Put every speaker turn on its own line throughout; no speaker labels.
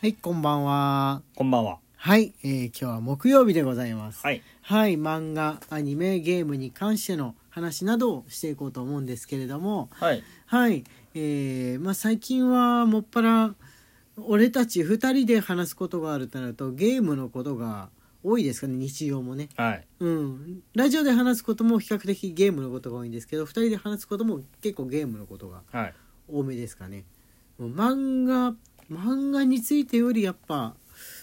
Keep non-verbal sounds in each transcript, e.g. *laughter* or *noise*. はい、こんばんは。
こんばんは。
はい、えー今日は木曜日でございます。
はい。
はい、漫画、アニメ、ゲームに関しての話などをしていこうと思うんですけれども、
はい。
はい、えーまあ最近はもっぱら俺たち2人で話すことがあるとなるとゲームのことが多いですかね、日常もね。
はい。
うん、ラジオで話すことも比較的ゲームのことが多いんですけど2人で話すことも結構ゲームのことが
はい。
多めですかねもう漫画漫画についてよりやっぱ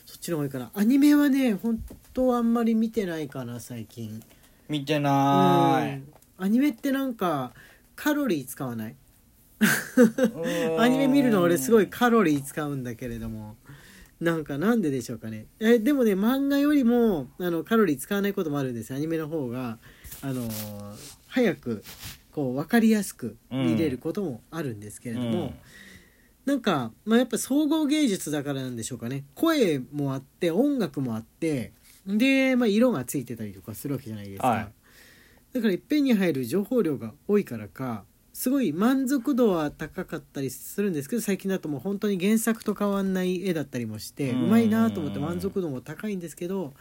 そっちの方がいいかなアニメはね本当はあんまり見てないかな最近
見てなーい。
うんアニメってなんかカロリー使わない
うーん
アニメ見るの俺すごい。カロリー使うんだけれどもなんかなんででしょうかねえでもね漫画よりもあのカロリー使わないこともあるんですアニメの方があのー早くこう分かりやすく見れることもあるんですけ
う
れ
ん
ども、なんか、まあ、やっぱ総合芸術だからなんでしょうかね声もあって音楽もあってで、まあ、色がついてたりとかするわけじゃないですか、
はい
だからいっぺんに入る情報量が多いからかすごい満足度は高かったりするんですけど最近だともう本当に原作と変わんない絵だったりもしてう
うん
まいなと思って満足度も高いんですけど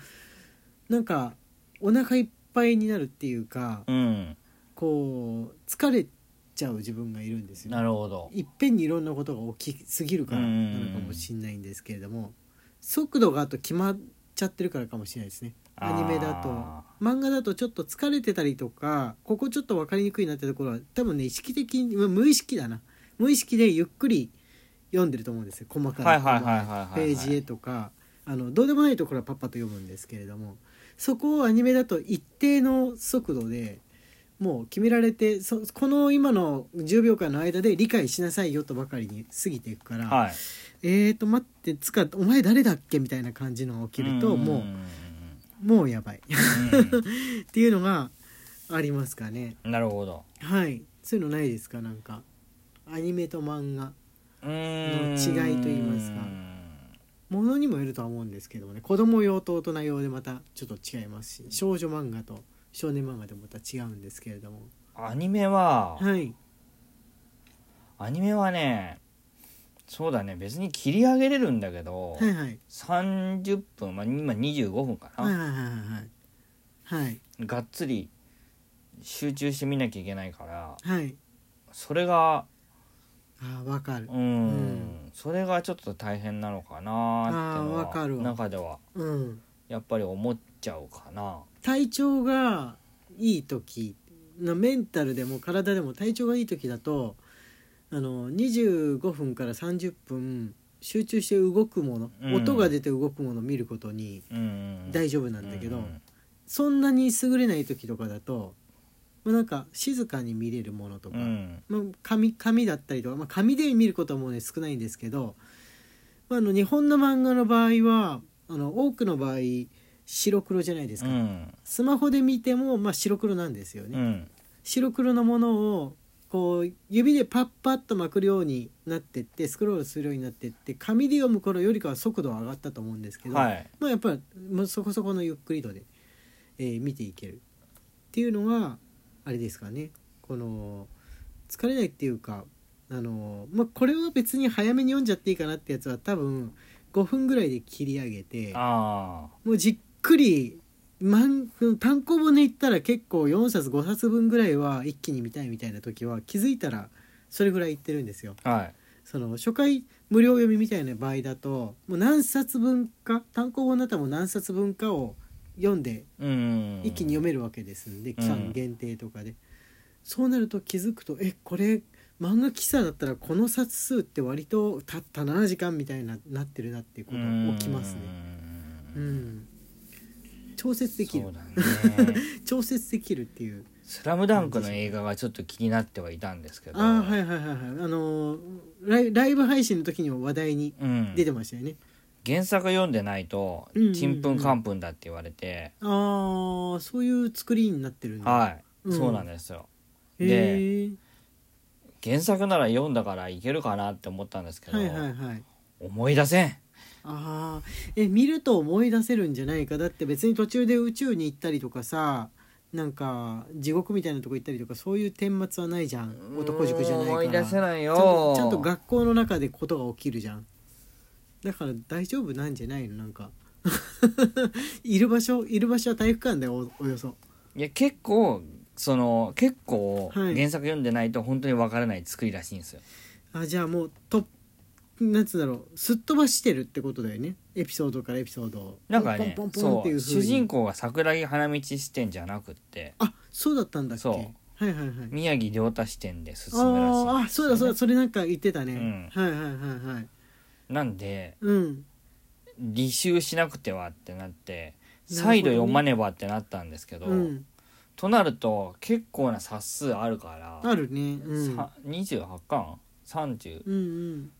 なんかお腹いっぱいになるっていうか
うん。
こう疲れちゃう自分がいるんですよね
なるほど。
いっぺんにいろんなことが起きすぎるからなのかもしれないんですけれども速度があと決まっちゃってるからかもしれないですねアニメだと
あ
漫画だとちょっと疲れてたりとかここちょっと分かりにくいなってところは多分ね意識的にまあ無意識だな無意識でゆっくり読んでると思うんですよ細
ー
かい
はいはいはいはいはい。
ページへとかあのどうでもないところはパッパと読むんですけれどもそこをアニメだと一定の速度でもう決められてそこの今の10秒間の間で理解しなさいよとばかりに過ぎていくから、
はい。
えーと待ってつかお前誰だっけみたいな感じのが起きるともうもうやばいっていうのがありますかね
うん。なるほど。
はいそういうのないですかなんかアニメと漫画
うーん。
*laughs* の違いと言いますかものにもよるとは思うんですけどもね子供用と大人用でまたちょっと違いますし少女漫画と少年漫画でもまた違うんですけれども
アニメは、
はい
アニメはね、そうだね、別に切り上げれるんだけど、
はいはい
30分、まあ、今25分か
はいはい
な。
はいはいはい
がっつり集中して見なきゃいけないから、
はい
それが
あーわかる
うん、それがちょっと大変なのかなっての
あーわか
は
るわ
中では
うん
やっぱり思っちゃうかな
体調がいい時のメンタルでも体でも体調がいい時だとあの25分から30分集中して動くもの、
うん
音が出て動くものを見ることに
うん
大丈夫なんだけど、
うん
そんなに優れない時とかだと、まあ、なんか静かに見れるものとか、
うん
まあ、紙紙だったりとか、まあ、紙で見ることもね少ないんですけど、まあ、あの日本の漫画の場合はあの多くの場合白黒じゃないです
う
か、
ん
スマホで見ても、まあ、白黒なんですよね、
うん
白黒のものをこう指でパッパッとまくるようになってってスクロールするようになってって紙で読む頃よりかは速度は上がったと思うんですけど、
はい
まあ、やっぱりまあそこそこのゆっくり度で、えー見ていけるっていうのはあれですかねこの疲れないっていうかあの、まあ、これは別に早めに読んじゃっていいかなってやつは多分5分ぐらいで切り上げて
あ
もうじっくり漫単行本で言ったら結構4冊5冊分ぐらいは一気に見たいみたいな時は気づいたらそれぐらいいってるんですよ。
あはい
その初回無料読みみたいな場合だともう何冊分か単行本だったらもう何冊分かを読んで
うん
一気に読めるわけですんで、期
う
間
ん
限定とかで、そうなると気づくとえこれ漫画喫茶だったらこの冊数って割とたった7時間みたいななってるなっていうことが起きますね。う
うん
ん、調節でき
そ
る
うだ
*laughs*
ね
調節できるっていう
スラムダンクの映画がちょっと気になってはいたんですけど
ああはいはいはいはいあのーライライブ配信の時にも話題に
うん
出てましたよね、
原作読んでないと
うんうんうん
ちんぷんかんぷんだって言われて
ああそういう作りになってるんだ
はい
うん
そうなんですよで
へえ
原作なら読んだからいけるかなって思ったんですけど、
はいはいはい
思い出せん
ああえ見ると思い出せるんじゃないかだって別に途中で宇宙に行ったりとかさなんか地獄みたいなとこ行ったりとかそういう顛末はないじゃん男塾じゃないから
思い出せない
ちゃんと
よ
ちゃんと学校の中でことが起きるじゃんだから大丈夫なんじゃないのなんか *laughs* いる場所いる場所は体育館だよおおよそ
いや結構その結構
はい
原作読んでないと本当にわからない作りらしいんですよ、
あじゃあもうとなんつうんだろうすっ飛ばしてるってことだよねエピソードからエピソードを
なんかね
ポンポンポンポン
そ
っていうう
主人
公
公が桜木花道視点じゃなくって
あそうだったんだっけ
そう
はいはいはい
宮城亮太視点で進
あ
むらしいんですよね
ーあそうだそうだそれなんか言ってたね、
う
はいはいはいはい
なんで
うん
履修しなくてはってなって
なるほどね
再度読まねばってなったんですけど、
うん
となると結構な冊数あるから
あるねうん
さ28巻 ?30?
うんうん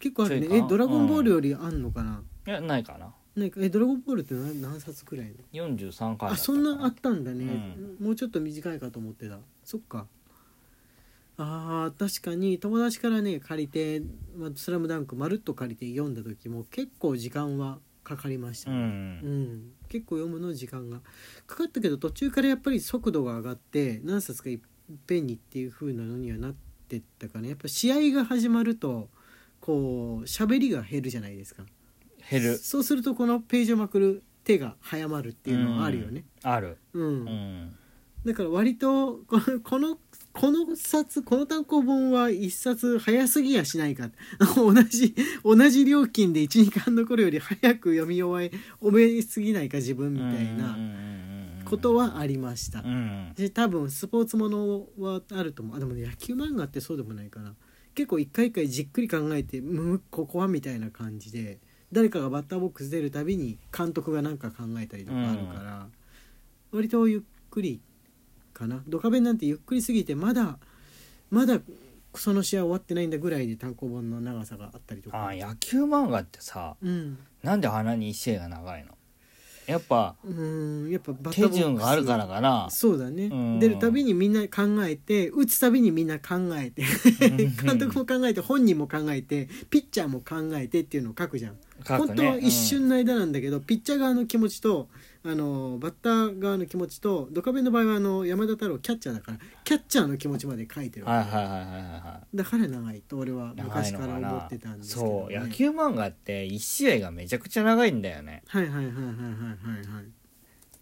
結構あるね
それ
え
か
ドラゴンボールよりあんのかな、
いやないかな
なんかえドラゴンボールって何何冊くらいの
43巻だったか
あそんなあったんだね、
う
もうちょっと短いかと思ってたそっかあー確かに友達からね借りて「まあスラムダンクまるっと借りて読んだ時も結構時間はかかりました
う
ね、うんん結構読むの時間がかかったけど途中からやっぱり速度が上がって何冊かいっぺんにっていう風なのにはなってったかねやっぱ試合が始まるとこう喋りが減るじゃないですか
減る
そうするとこのページをまくる手が早まるっていうのはあるよね、
ある
うん
うん
だから割とこのこのこの冊この単行本は1冊早すぎやしないか *laughs* 同じ同じ料金で12巻の頃より早く読み終え覚えすぎないか自分みたい
うんう
なん
うんうん
ことはありました、
うん
で多分スポーツものはあると思うあでもね野球漫画ってそうでもないかな結構一回一回じっくり考えて「むここは」みたいな感じで誰かがバッターボックス出るたびに監督が何か考えたりとかあるから、割とゆっくりかなドカベンなんてゆっくりすぎてまだまだその試合終わってないんだぐらいで単行本の長さがあったりと
あ
か。
野球漫画ってさ
うん、
なんであんなに試合が長いのやっぱ
うーんやっぱバッター
手
ボックス
順があるからかな
そうだね、
うん
出るたびにみんな考えて打つたびにみんな考えて *laughs* 監督も考えて本人も考えてピッチャーも考えてっていうのを書くじゃん、
書く
本当
ね
は一瞬の間なんだけど、ピッチャー側の気持ちとあのバッター側の気持ちとドカベンの場合はあの山田太郎キャッチャーだからキャッチャーの気持ちまで書いて
う
る
んはい
わけ
はいはいはいはいはい
だから長いと俺は
長い
昔
の
から
か
思
な
ってたんですけど、ね、
そう野球漫画って1試合がめちゃくちゃ長いんだよね
はいはいはいはいはい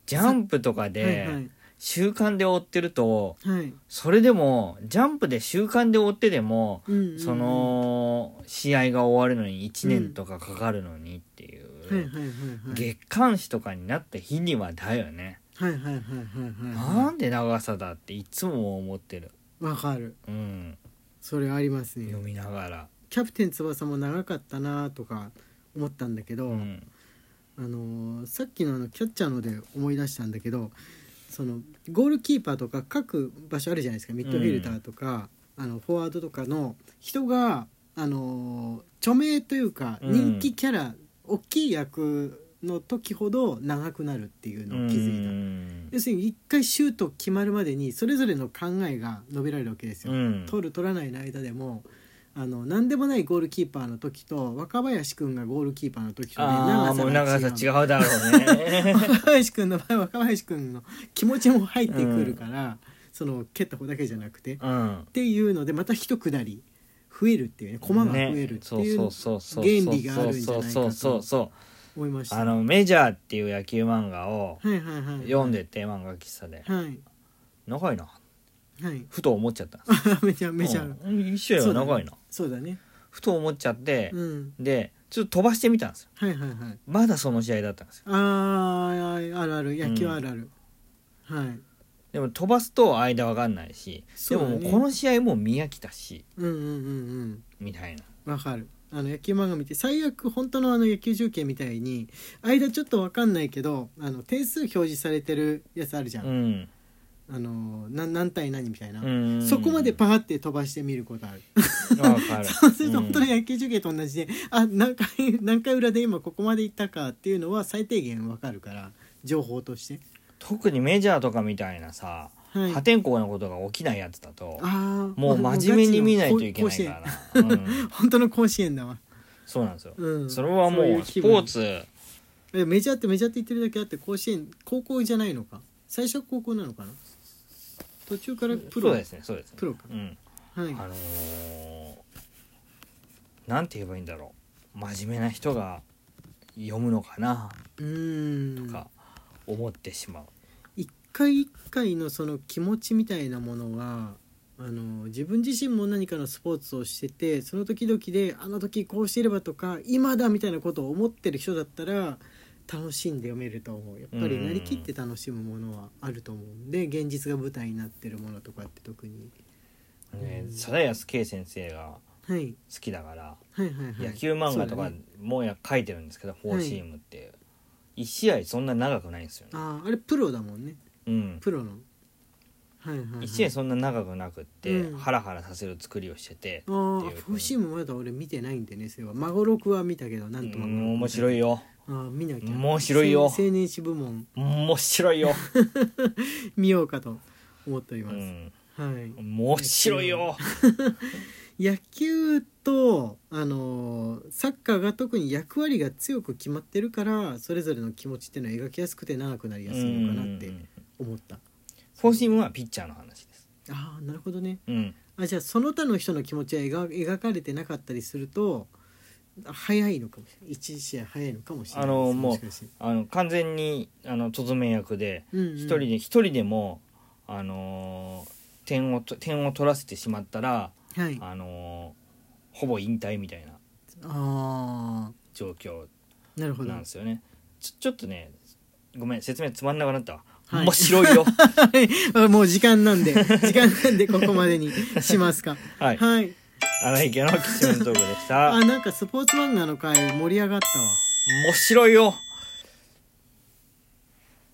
ジャンプとか
はいはいは
で
い
習慣で追ってると
はい
それでもジャンプで習慣で追ってでも
うんうんうん
その試合が終わるのに1年とかかかるのにってい
はいはいうはいはい
月刊誌とかになった日にはだよね
はいはいはいはいはいはい
なんで長さだっていつも思ってる
わかる
うん
それありますね
読みながら
キャプテン翼も長かったなとか思ったんだけど、
うん
あのーさっきのあのキャッチャーので思い出したんだけどそのゴールキーパーとか各場所あるじゃないですかミッドフィルダーとか、あのフォワードとかの人が、あのー著名というか
うん
人気キャラ、大きい役の時ほど長くなるっていうのを気づいた。要するに一回シュート決まるまでにそれぞれの考えが述べられるわけですよ。
うん
取る取らないの間でもあの何でもないゴールキーパーの時と若林くんがゴールキーパーの時とね
ああもう長さ違
う
うだろうね
*laughs* 若林くんの場合は若林くんの気持ちも入ってくるから、その蹴った方だけじゃなくて、っ
うん
ていうのでまた一くだり増えるっていうね駒が増えるっていう
ね
の
そうそうそうそう
原理があるんじゃない
そ
か
うそうそう
と
そう
思いました。
あ
はい
のメジャーっていう野球漫画を
はいはい、
読んでて漫画喫茶で
はい
長いな
はい *laughs*
ふと思っちゃった
あめちゃめちゃ、
うん一緒や長いな
そうだね
ふと思っちゃって
うん
でちょっと飛ばしてみたんですよ
はいはいはい
まだその試合だったんですよ
あーあるある野球あるある、はい
でも飛ばすと間わかんないし
そ
で
うだ
も
ね
もうこの試合もう見飽きたし
うんうんうん
みたいな
うんわかるあの野球漫画見て最悪本当のあの野球中継みたいに間ちょっとわかんないけどあの点数表示されてるやつあるじゃん、
うん
あのな何対何みたいな、
うん
そこまでパーって飛ばしてみることある
わかる
そうすると本当の野球中継と同じで、あ何回 *laughs* 何回裏で今ここまでいったかっていうのは最低限わかるから情報として、
特にメジャーとかみたいなさ
はい、
破天荒なことが起きないやつだと
あー
もう真面目に見ないといけない
もうガチの甲甲子園
から、うん
本当の甲子園だわ
そうなんですよ、
うん
それはも
そういうう
ス
気
ポ
分
ーツ
えメジャーってメジャーって言ってるだけあって甲子園高校じゃないのか最初は高校なのかな途中からプロ
そうですねそうですね
プロか
うん
はい
あのーなんて言えばいいんだろう真面目な人が読むのかな
うーん
とか思ってしまう、
一回一回のその気持ちみたいなものはあの自分自身も何かのスポーツをしててその時々であの時こうしてればとか今だみたいなことを思ってる人だったら楽しんで読めると思うやっぱり
うん
なりきって楽しむものはあると思うんで現実が舞台になってるものとかって特に、
ね
う、ん
定安圭先生が
はい、
好きだから、
はいはいはい
野球漫画と
そうだ
か
ね
もや書いてるんですけど、フォーシームって1試合そんな長くないんですよね、
あああれプロだもんね
うん、
プロのはいはい、は
1
い、
試合そんな長くなくって、
うん
ハラハラさせる作りをしてて、
あ
って
ー
いう
フォーシームまだ俺見てないんでねそれは孫六は見たけどなんと
う
孫
ん
六
面白いよ
あー見なきゃ
面白いよ
せ青年誌部門
面白い
*laughs*
よ、
見ようかと思っており
う
ます、
ん、
はい
面白いよ
野球とあのーサッカーが特に役割が強く決まってるからそれぞれの気持ちっていうのは描きやすくて長くなりやすいのかなって
うんうんうん
思った、
フォーシームはピッチャーの話です、
ああなるほどね
うん、
あじゃあその他の人の気持ちは描描かれてなかったりすると早いのかもしれない1試合早いのかもしれないです
あのーもう
しかして
あの完全にあのとどめ役で
うんうん
一人で一人でもあのー点をと点を取らせてしまったら
はい
あのーほぼ引退みたいな
あ
状況
あなるほど
なんですよねちょちょっとねごめん説明つまんなくなったわ、
はい
面白
*laughs*
いよ
あもう時間なんで *laughs* 時間なんでここまでにしますか
はい
はい
荒井家のキシメントークでした
あなんかスポーツ漫画の回盛り上がったわ
面白いよ